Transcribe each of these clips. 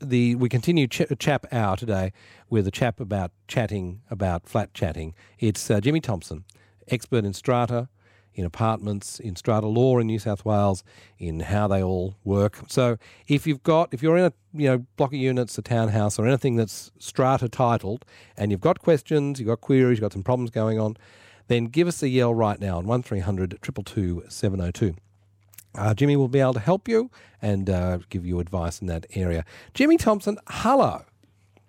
the we continue ch- chap hour today with a chap about chatting about flat chatting. It's uh, Jimmy Thompson, expert in strata, in apartments, in strata law in New South Wales, in how they all work. So if you've got if you're in a you know block of units, a townhouse, or anything that's strata titled, and you've got questions, you've got queries, you've got some problems going on, then give us a yell right now on one 222 702 uh, Jimmy will be able to help you and uh, give you advice in that area. Jimmy Thompson, hello.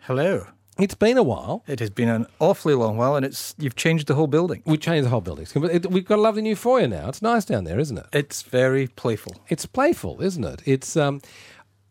Hello. It's been a while. It has been an awfully long while, and it's you've changed the whole building. We changed the whole building. It's compl- it- We've got a lovely new foyer now. It's nice down there, isn't it? It's very playful. It's playful, isn't it? It's um,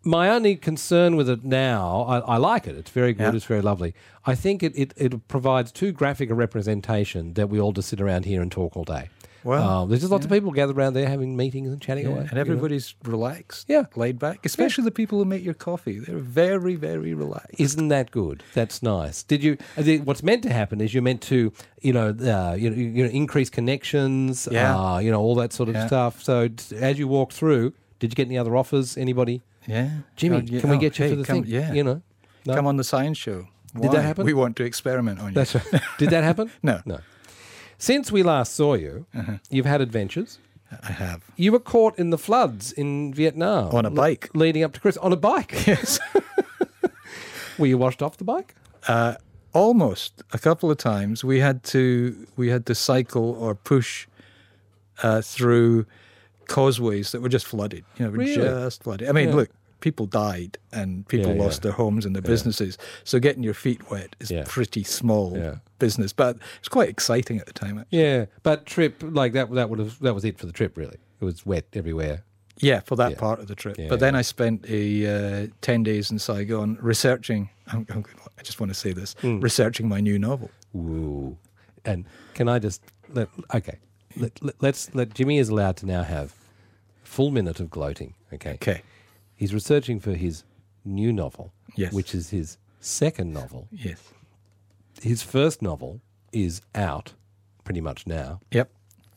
my only concern with it now. I, I like it. It's very good. Yeah. It's very lovely. I think it, it it provides too graphic a representation that we all just sit around here and talk all day. Well, Uh, there's just lots of people gathered around there having meetings and chatting away. and you know. everybody's relaxed, Yeah. laid back. Especially the people who make your coffee. They're very, very relaxed. Isn't that good? That's nice. Did you? uh, the- What's meant to happen is you're meant to, you know, uh, you, know, you know, increase connections, Yeah. uh, you know, all that sort of Yeah. stuff. So t- as you walk through, did you get any other offers? Anybody? Yeah, Jimmy, Oh, yeah. can we Oh, get you hey, for the come, thing? Yeah, you know, No? come on the science show. Did that Why? happen? We want to experiment on you. That's right. Did that happen? No. Uh-huh. no. Since we last saw you, you've had adventures. I have You were caught in the floods in Vietnam on a le- bike. leading up to Chris on a bike. Yes, Were you washed off the bike? almost a couple of times we had to we had to cycle or push uh, through causeways that were just flooded. You know, were Really? just flooded. I mean, Yeah. look, people died and people Yeah, lost yeah. their homes and their businesses. So getting your feet wet is Yeah. pretty small Yeah. business, but it's quite exciting at the time. actually. Yeah, but trip like that that would have that was it for the trip really. It was wet everywhere. Yeah, for that Yeah. part of the trip. Yeah, but then I spent a uh, ten days in Saigon researching. I'm, I'm, I just want to say this: Hmm. researching my new novel. Ooh. And can I just let okay. Let, let, let's let Jimmy is allowed to now have full minute of gloating, okay? Okay. He's researching for his new novel, Yes. which is his second novel. Yes. His first novel is out pretty much now. Yep.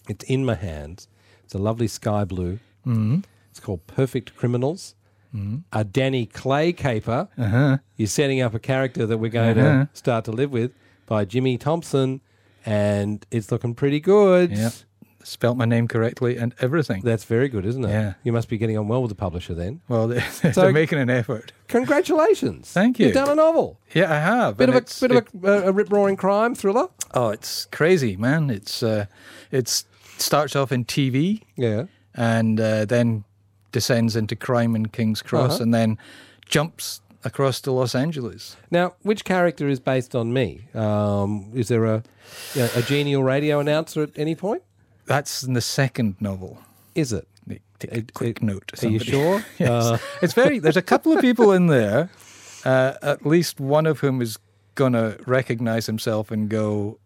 It's in my hands. It's a lovely sky blue. Mm-hmm. It's called Perfect Criminals. Mm-hmm. A Danny Clay caper. Uh-huh. You're setting up a character that we're going Uh-huh. to start to live with by Jimmy Thompson, and it's looking pretty good. Yep. Spelt my name correctly and everything. That's very good, isn't it? Yeah. You must be getting on well with the publisher then. Well, they're, they're So- making an effort. Congratulations. Thank you. You've done a novel. Yeah, I have. Bit and of a it's- bit it- of a, a rip roaring crime thriller. oh, it's crazy, man. It's uh, it's starts off in TV Yeah. and uh, then descends into crime in King's Cross Uh-huh. and then jumps across to Los Angeles. Now, which character is based on me? Um, is there a you know, a genial radio announcer at any point? That's in the second novel. Is it? Take It- a quick it- note. Are you somebody. sure? Yes. Uh, it's very. There's a couple of people in there, uh, at least one of whom is gonna recognize himself and go,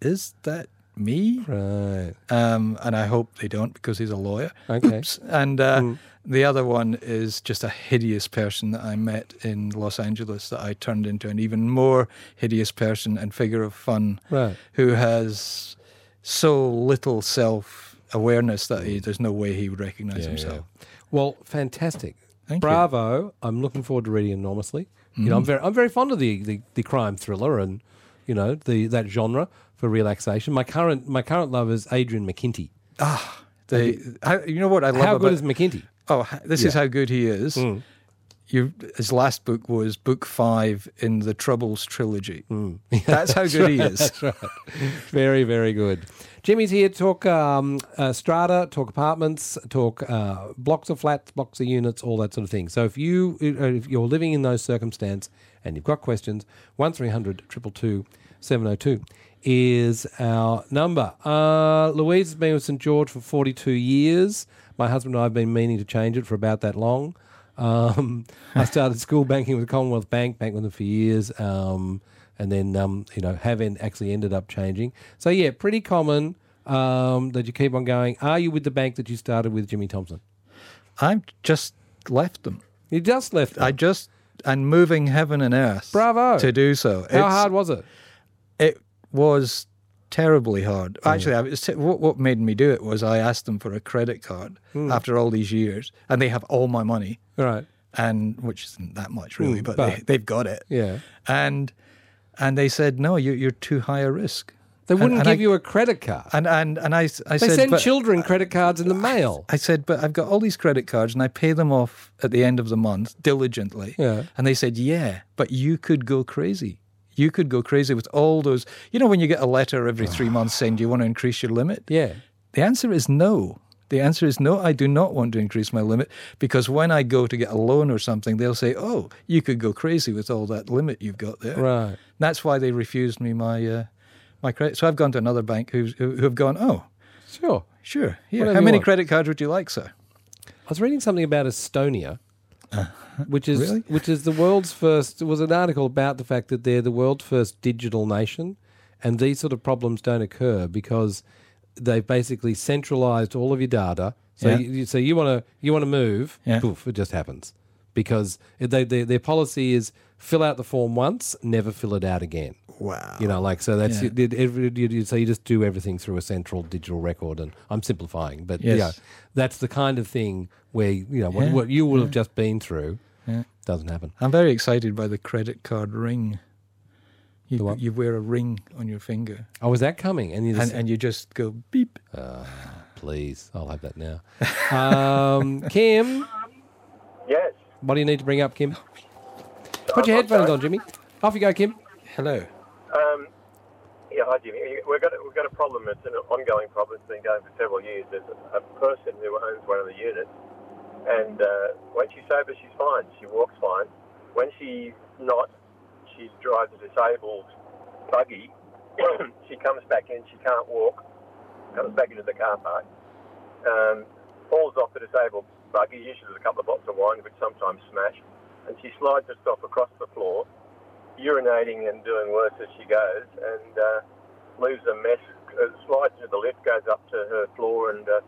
"Is that me?" right. Um, and I hope they don't because he's a lawyer. Okay. Hmm. Oops. And uh, the other one is just a hideous person that I met in Los Angeles that I turned into an even more hideous person and figure of fun Right. who has so little self awareness that he, there's no way he would recognize himself. Well, fantastic. Thank you. Mm. Bravo. I'm looking forward to reading it enormously. You know, I'm very I'm very fond of the, the, the crime thriller and you know, the that genre for relaxation. My current my current love is Adrian McKinty. They, how, you know what I love How about good is McKinty? oh ha- this is how good he is. Mm. You, his last book was book five in the Troubles trilogy. Mm. that's how good he is. Very, very good. Jimmy's here to talk um, uh, strata, talk apartments, talk uh, blocks of flats, blocks of units, all that sort of thing. So if you uh, if you're living in those circumstances and you've got questions, one 222 702 is our number. Uh, Louise has been with St George for 42 years. My husband and I have been meaning to change it for about that long. Um, I started school banking with Commonwealth Bank, banked with them for years, um, and then um, you know have en- actually ended up changing. So yeah, pretty common um, that you keep on going. Are you with the bank that you started with, Jimmy Thompson? I've just left them. You just left. I just and moving heaven and earth. Bravo. to do so. How It's- hard was it? It was terribly hard. Mm. Actually, I was t- what what made me do it Mm. was I asked them for a credit card after all these years, and they have all my money. All right. and which isn't that much really, Mm, but, but- they, they've got it. Yeah. And and they said no, you, you're too high a risk. They wouldn't and give I- you a credit card. And and and I s- I they said send but, children credit cards in the mail. I said, but I've got all these credit cards and I pay them off at the end of the month diligently. Yeah. And they said, yeah, but you could go crazy. You could go crazy with all those. You know, when you get a letter every three months saying, do you want to increase your limit? Yeah. The answer is no. The answer is no, I do not want to increase my limit because when I go to get a loan or something, they'll say, oh, you could go crazy with all that limit you've got there. Right. That's why they refused me my, uh, my credit. So I've gone to another bank who's, who, who've gone, oh, Sure. sure. Yeah. Whatever How you many want." credit cards would you like, sir? I was reading something about Estonia, which is Uh-huh. really? which is the world's first. It was an article about the fact that they're the world's first digital nation, and these sort of problems don't occur because they've basically centralized all of your data. So Yeah. you, you- so you want to you want to move, Yeah. poof, it just happens because they, they, their policy is fill out the form once, never fill it out again. Wow. You know, like so that's it, it, it- you- you- so you just do everything through a central digital record, and I'm simplifying, but yeah, Yes. that's the kind of thing where you know what, Yeah, what you would have just been through Yeah. doesn't happen. I'm very excited by the credit card ring. The You, what? you wear a ring on your finger Oh, is that coming? And you and, just and you just go beep. please, I'll have that now. um, Kim, Yes. what do you need to bring up, Kim? Put your headphones on, Jimmy. Off you go, Kim. Hello. Um, yeah, hi Jimmy. We've got, a, we've got a problem. It's an ongoing problem. It's been going for several years. There's a person who owns one of the units, and uh, when she's sober, she's fine. She walks fine. When she's not, she drives a disabled buggy. she comes back in. She can't walk. Comes back into the car park. Um, falls off the disabled buggy. Usually there's a couple of bottles of wine, which sometimes smash, and she slides herself across the floor urinating and doing worse as she goes and uh, leaves a mess, uh, slides to the lift, goes up to her floor and uh,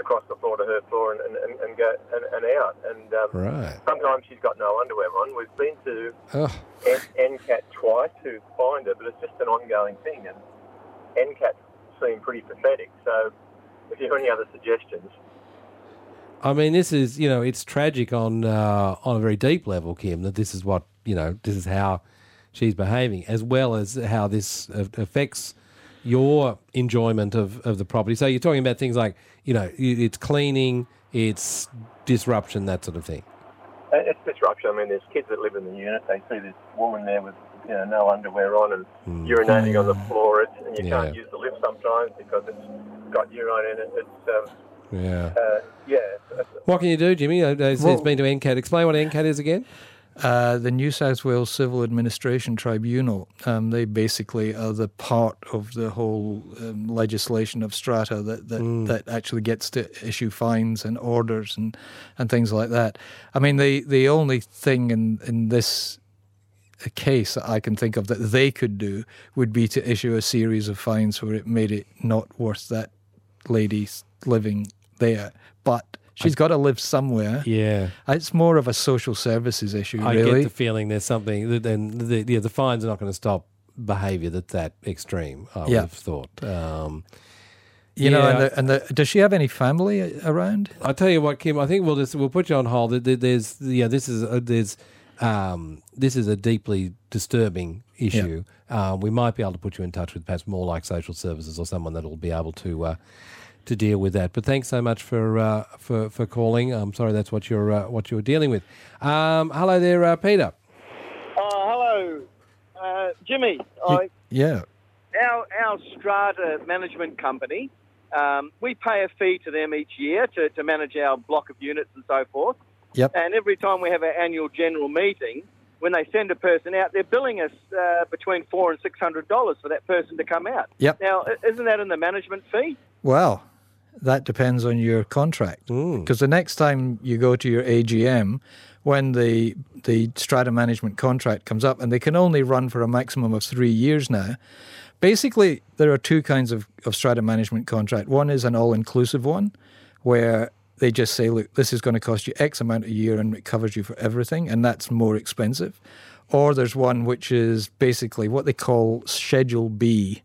across the floor to her floor and, and, and, and, go, and, and out. And um, Right. sometimes she's got no underwear on. We've been to Oh, N- NCAT twice to find her, but it's just an ongoing thing. And NCAT seem pretty pathetic. So if you have any other suggestions, I mean, this is you know, it's tragic on uh, on a very deep level, Kim. That this is what you know, this is how she's behaving, as well as how this a- affects your enjoyment of, of the property. So you're talking about things like you know, i- it's cleaning, it's disruption, that sort of thing. And Uh, It's disruption. I mean, there's kids that live in the unit. They see this woman there with you know no underwear on and urinating on the floor, it's, and you Yeah. can't use the lift sometimes because it's got urine in it. It's um, Yeah. uh, yeah. it's- it's- What can you do, Jimmy? Uh, It's, Well- it's been to NCAT. Explain what NCAT is again. Uh, the New South Wales Civil Administration Tribunal, um, they basically are the part of the whole um, legislation of strata that that, Mm. that actually gets to issue fines and orders and, and things like that. I mean, the, the only thing in, in this a case that I can think of that they could do would be to issue a series of fines where it made it not worth that lady's living there. But she's got to live somewhere. Yeah. It's more of a social services issue, I really. get the feeling there's something that then the, yeah, the fines are not going to stop behaviour that's that extreme. I would Yeah. have thought. Um, you know, and, Yeah. the, and the, does she have any family a- around? I tell you what, Kim. I think we'll just we'll put you on hold. There- there- There's yeah, this is a, there's um, this is a deeply disturbing issue. Um, we might be able to put you in touch with perhaps more like social services or someone that'll be able to uh, to deal with that. But thanks so much for uh, for for calling. I'm sorry that's what you're uh, what you're dealing with. Um, hello there, uh, Peter. Oh, hello, uh, Jimmy. I, Yeah. our our strata management company, um, we pay a fee to them each year to, to manage our block of units and so forth. Yep. And every time we have our annual general meeting, when they send a person out, they're billing us uh, between four and six hundred dollars for that person to come out. Yep. Now, i- isn't that in the management fee? Well, that depends on your contract. Because the next time you go to your AGM, when the the strata management contract comes up, and they can only run for a maximum of three years now. Basically, there are two kinds of, of strata management contract. One is an all inclusive one, where they just say, look, this is going to cost you X amount a year and it covers you for everything, and that's more expensive. Or there's one which is basically what they call Schedule B,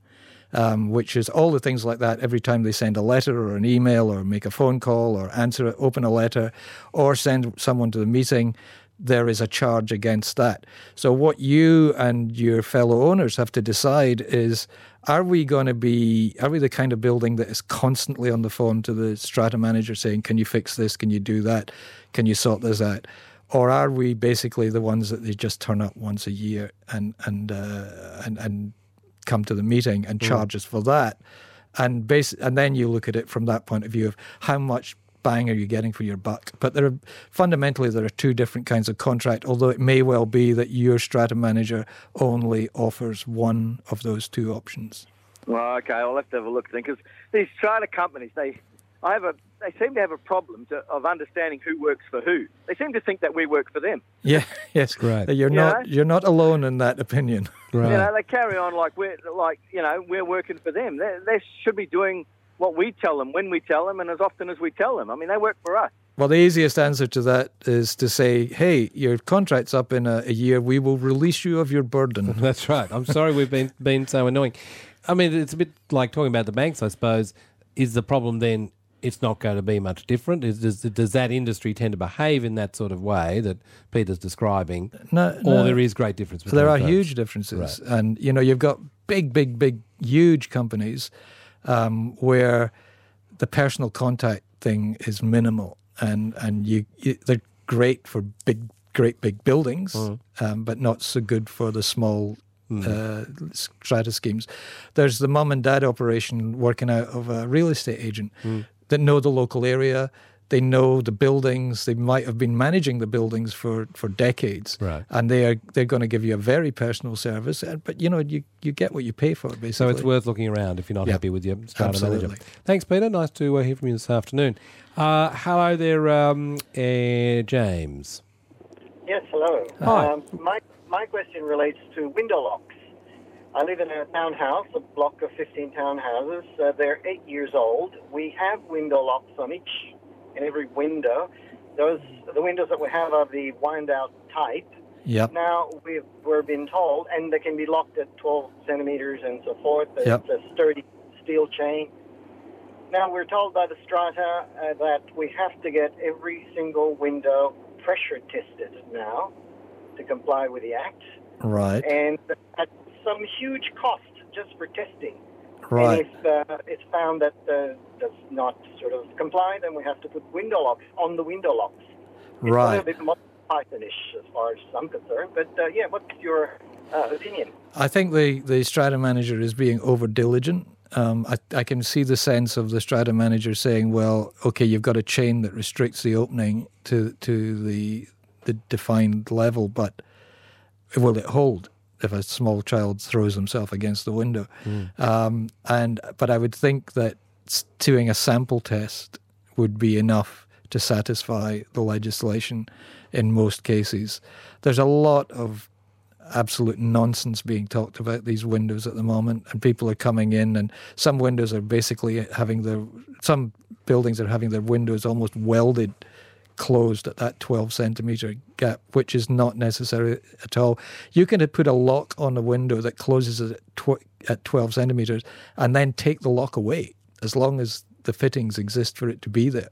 um, which is all the things like that. Every time they send a letter or an email or make a phone call or answer, open a letter, or send someone to the meeting, there is a charge against that. So, what you and your fellow owners have to decide is are we going to be, are we the kind of building that is constantly on the phone to the strata manager saying, can you fix this? Can you do that? Can you sort this out? Or are we basically the ones that they just turn up once a year and, and, uh, and, and come to the meeting and charge us for that? And, base, and then you look at it from that point of view of how much bang are you getting for your buck? But there are fundamentally there are two different kinds of contract. Although it may well be that your strata manager only offers one of those two options. Well, okay, I'll have to have a look then because these strata companies they, I have a they seem to have a problem to, of understanding who works for who. They seem to think that we work for them. Yeah, yes, Right. That You're Yeah. not you're not alone in that opinion. Right. You know, they carry on like we're like you know we're working for them. They, they should be doing what we tell them when we tell them and as often as we tell them. I mean, they work for us. Well, the easiest answer to that is to say, "Hey, your contract's up in a, a year. We will release you of your burden." That's right. I'm sorry we've been been so annoying. I mean, it's a bit like talking about the banks, I suppose. Is the problem then it's not going to be much different? Is, does, does that industry tend to behave in that sort of way that Peter's describing? No, Or no. there is great difference between there are those? huge differences, and you know you've got big, big, big, huge companies um, where the personal contact thing is minimal, and and you, you they're great for big, great big buildings, um, but not so good for the small. Uh, strata schemes. There's the mum and dad operation working out of a real estate agent that know the local area. They know the buildings. They might have been managing the buildings for, for decades Right. and they are they're going to give you a very personal service. uh, But you know, you you get what you pay for, basically. So it's worth looking around if you're not Yeah. happy with your starter manager. Absolutely. Thanks, Peter. Nice to uh, hear from you this afternoon. Uh, hello there, um, uh, James. Yes, hello. Hi. Um, my, my question relates to window locks. I live in a townhouse, a block of 15 townhouses. Uh, they're eight years old. We have window locks on each and every window. Those the windows that we have are the wind-out type. Yep. Now we've, we're being told, and they can be locked at 12 centimeters and so forth. It's Yep. a sturdy steel chain. Now we're told by the strata uh, that we have to get every single window pressure tested now to comply with the act, Right. and at some huge cost just for testing. Right. And if uh, it's found that uh, does not sort of comply, then we have to put window locks on the window locks. It's A Right. little bit more Pythonish as far as I'm concerned, but uh, yeah, what's your uh, opinion? I think the the strata manager is being over diligent. Um, I, I can see the sense of the strata manager saying, "Well, okay, you've got a chain that restricts the opening to to the the defined level, but will it hold if a small child throws himself against the window?" Um, and but I would think that s- doing a sample test would be enough to satisfy the legislation in most cases. There's a lot of absolute nonsense being talked about these windows at the moment and people are coming in and some windows are basically having their some buildings are having their windows almost welded closed at that 12 centimeter gap which is not necessary at all you can put a lock on a window that closes it at, tw- at 12 centimeters and then take the lock away as long as the fittings exist for it to be there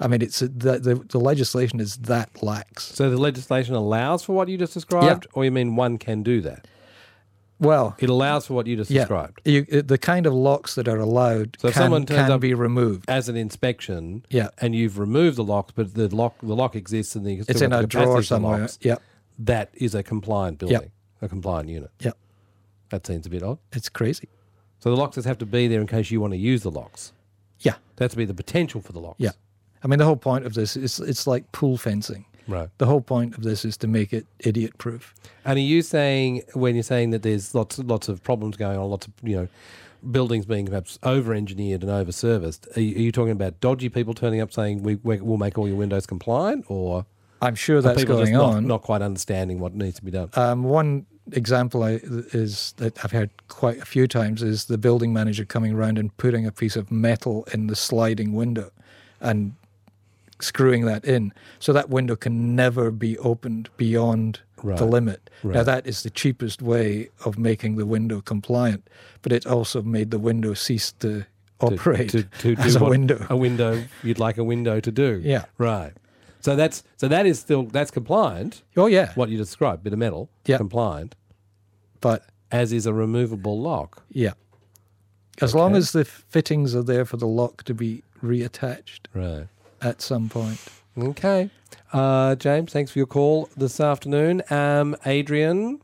i mean it's the, the, the legislation is that lax So the legislation allows for what you just described, or you mean one can do that? well It allows for what you just described You, uh, the kind of locks that are allowed So if can, someone turns can up- be removed. as an inspection. Yeah. and you've removed the lock, but the lock the lock exists and the It's in a drawer somewhere. Locks. Yeah, That is a compliant building, a compliant unit. yeah, That seems a bit odd. it's crazy. So the locks just have to be there in case you want to use the locks. Yeah, That's be the potential for the locks. yeah. I mean, the whole point of this is it's like pool fencing. Right. The whole point of this is to make it idiot proof. And are you saying when you're saying that there's lots lots of problems going on, lots of you know buildings being perhaps over engineered and over serviced? Are you, are you talking about dodgy people turning up saying we, we we'll make all your windows compliant, or I'm sure that's people going just not, on. not quite understanding what needs to be done? Um, one example I, is that I've heard quite a few times is the building manager coming around and putting a piece of metal in the sliding window and screwing that in. So that window can never be opened beyond Right. the limit. Now, Right. that is the cheapest way of making the window compliant, but it also made the window cease to operate to, to do as a what window. A window you'd like a window to do. Yeah. Right. So that's so that is still that's compliant. Oh yeah, What you described, bit of metal, Yeah. compliant, but as is a removable lock. yeah, as long as the fittings are there for the lock to be reattached Right. at some point. Okay. Uh, James, thanks for your call this afternoon. Um, Adrian,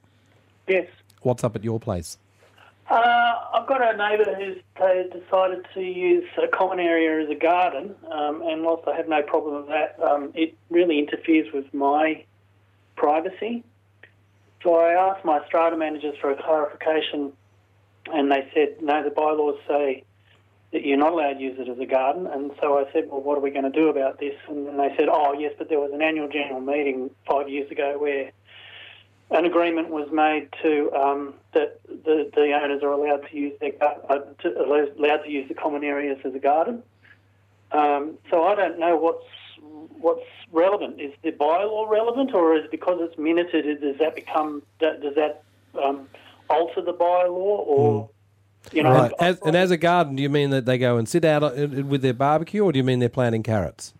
Yes. what's up at your place? Uh, I've got a neighbour who's they decided to use a common area as a garden, um, and whilst I have no problem with that, um, it really interferes with my privacy. So I asked my strata managers for a clarification, and they said, no, the bylaws say that you're not allowed to use it as a garden. And so I said, well, what are we going to do about this? And then they said, oh, yes, but there was an annual general meeting five years ago where an agreement was made to um, that the, the owners are allowed to use their gar- uh, to, allowed to use the common areas as a garden. Um, so I don't know what's what's relevant. Is the bylaw relevant, or is because it's minuted? is- Does that become that, does that um, alter the bylaw, or you know? Right. Mm. As, and as a garden, do you mean that they go and sit out uh, with their barbecue, or do you mean they're planting carrots?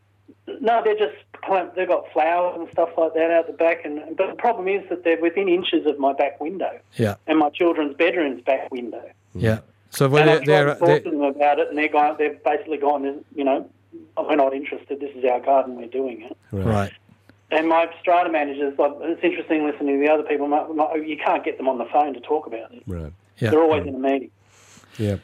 No, they're just kind of- they've got flowers and stuff like that out the back, and but the problem is that they're within inches of my back window Yeah, and my children's bedroom's back window. yeah. So when they're, and I've tried they're, to talk they're to them about it, and they're going, they've basically gone, you know, we're not interested. This is our garden. We're doing it. right, And my strata managers, like, it's interesting listening to the other people. My, my, you can't get them on the phone to talk about it. Right. yeah. They're always in a meeting. Yeah.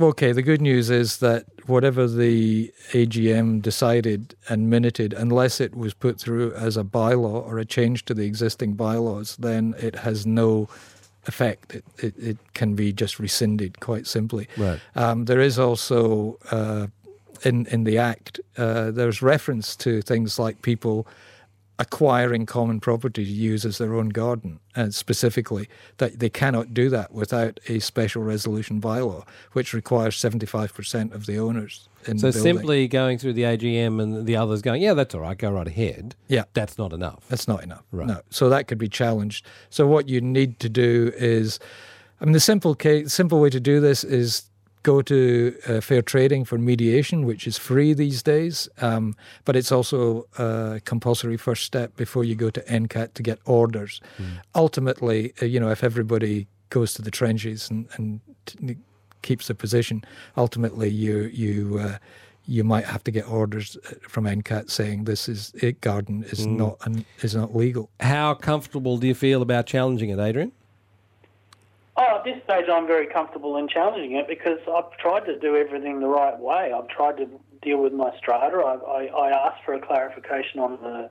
Okay, the good news is that whatever the AGM decided and minuted, unless it was put through as a bylaw or a change to the existing bylaws, then it has no effect. It, it, it can be just rescinded quite simply. Right. Um, there is also uh, in in the act uh, there's reference to things like people acquiring common property to use as their own garden, and specifically that they cannot do that without a special resolution bylaw, which requires 75% of the owners. In So the building. simply going through the AGM and the others going, yeah, that's all right, go right ahead. Yeah. That's not enough. That's not enough. No. So that could be challenged. So what you need to do is, I mean, the simple case, simple way to do this is go to uh, fair trading for mediation, which is free these days, um, but it's also a compulsory first step before you go to NCAT to get orders. Ultimately, uh, you know, if everybody goes to the trenches and, and t- keeps the position, ultimately you you. Uh, you might have to get orders uh, from NCAT saying this is it garden is not an, is not legal. How comfortable do you feel about challenging it, Adrian? Oh, at this stage, I'm very comfortable in challenging it because I've tried to do everything the right way. I've tried to deal with my strata. I, I, I asked for a clarification on the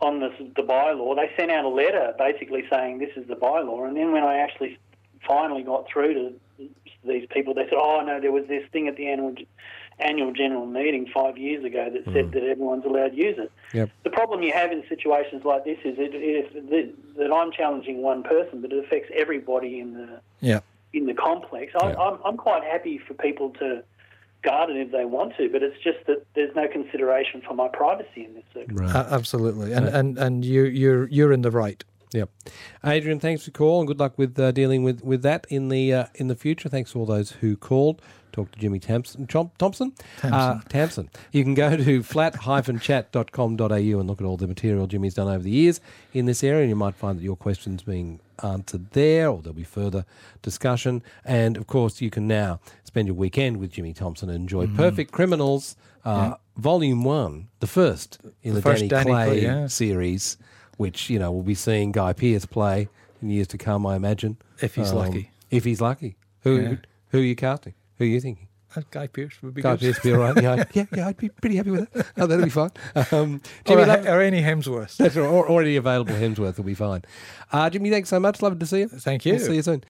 on the, the bylaw. They sent out a letter basically saying this is the bylaw, and then when I actually finally got through to these people, they said, "Oh no, there was this thing at the annual annual general meeting five years ago that said that everyone's allowed to use it." Yep. The problem you have in situations like this is it, it, that I'm challenging one person, but it affects everybody in the Yeah, in the complex. I, Yeah. I'm, I'm quite happy for people to garden if they want to, but it's just that there's no consideration for my privacy in this circumstance. Right. a- absolutely. And and and you you're you're in the right. Yep. Adrian, thanks for call and good luck with uh, dealing with, with that in the uh, in the future. Thanks to all those who called. Talk to Jimmy Thompson. Chomp, Thompson? Uh, Thompson. You can go to flat-chat.com.au and look at all the material Jimmy's done over the years in this area, and you might find that your question's being answered there, or there'll be further discussion. And of course, you can now spend your weekend with Jimmy Thompson and Mm-hmm. enjoy Perfect Criminals, uh, Volume 1, the first in the, first Danny, Danny Clay, Clay, yeah. series, which you know we'll be seeing Guy Pearce play in years to come, I imagine, Um, If he's lucky. If he's lucky, who who are you casting? Who are you thinking? Uh, Guy Pierce would be Guy good. Pearce be all right? Yeah, yeah, yeah, I'd be pretty happy with that. Oh, that'll be fine. Um, Or, Jimmy, a- love, or any Hemsworth. that's all- already available. Hemsworth will be fine. Uh, Jimmy, thanks so much. Love to see you. Thank We'll you. see you soon.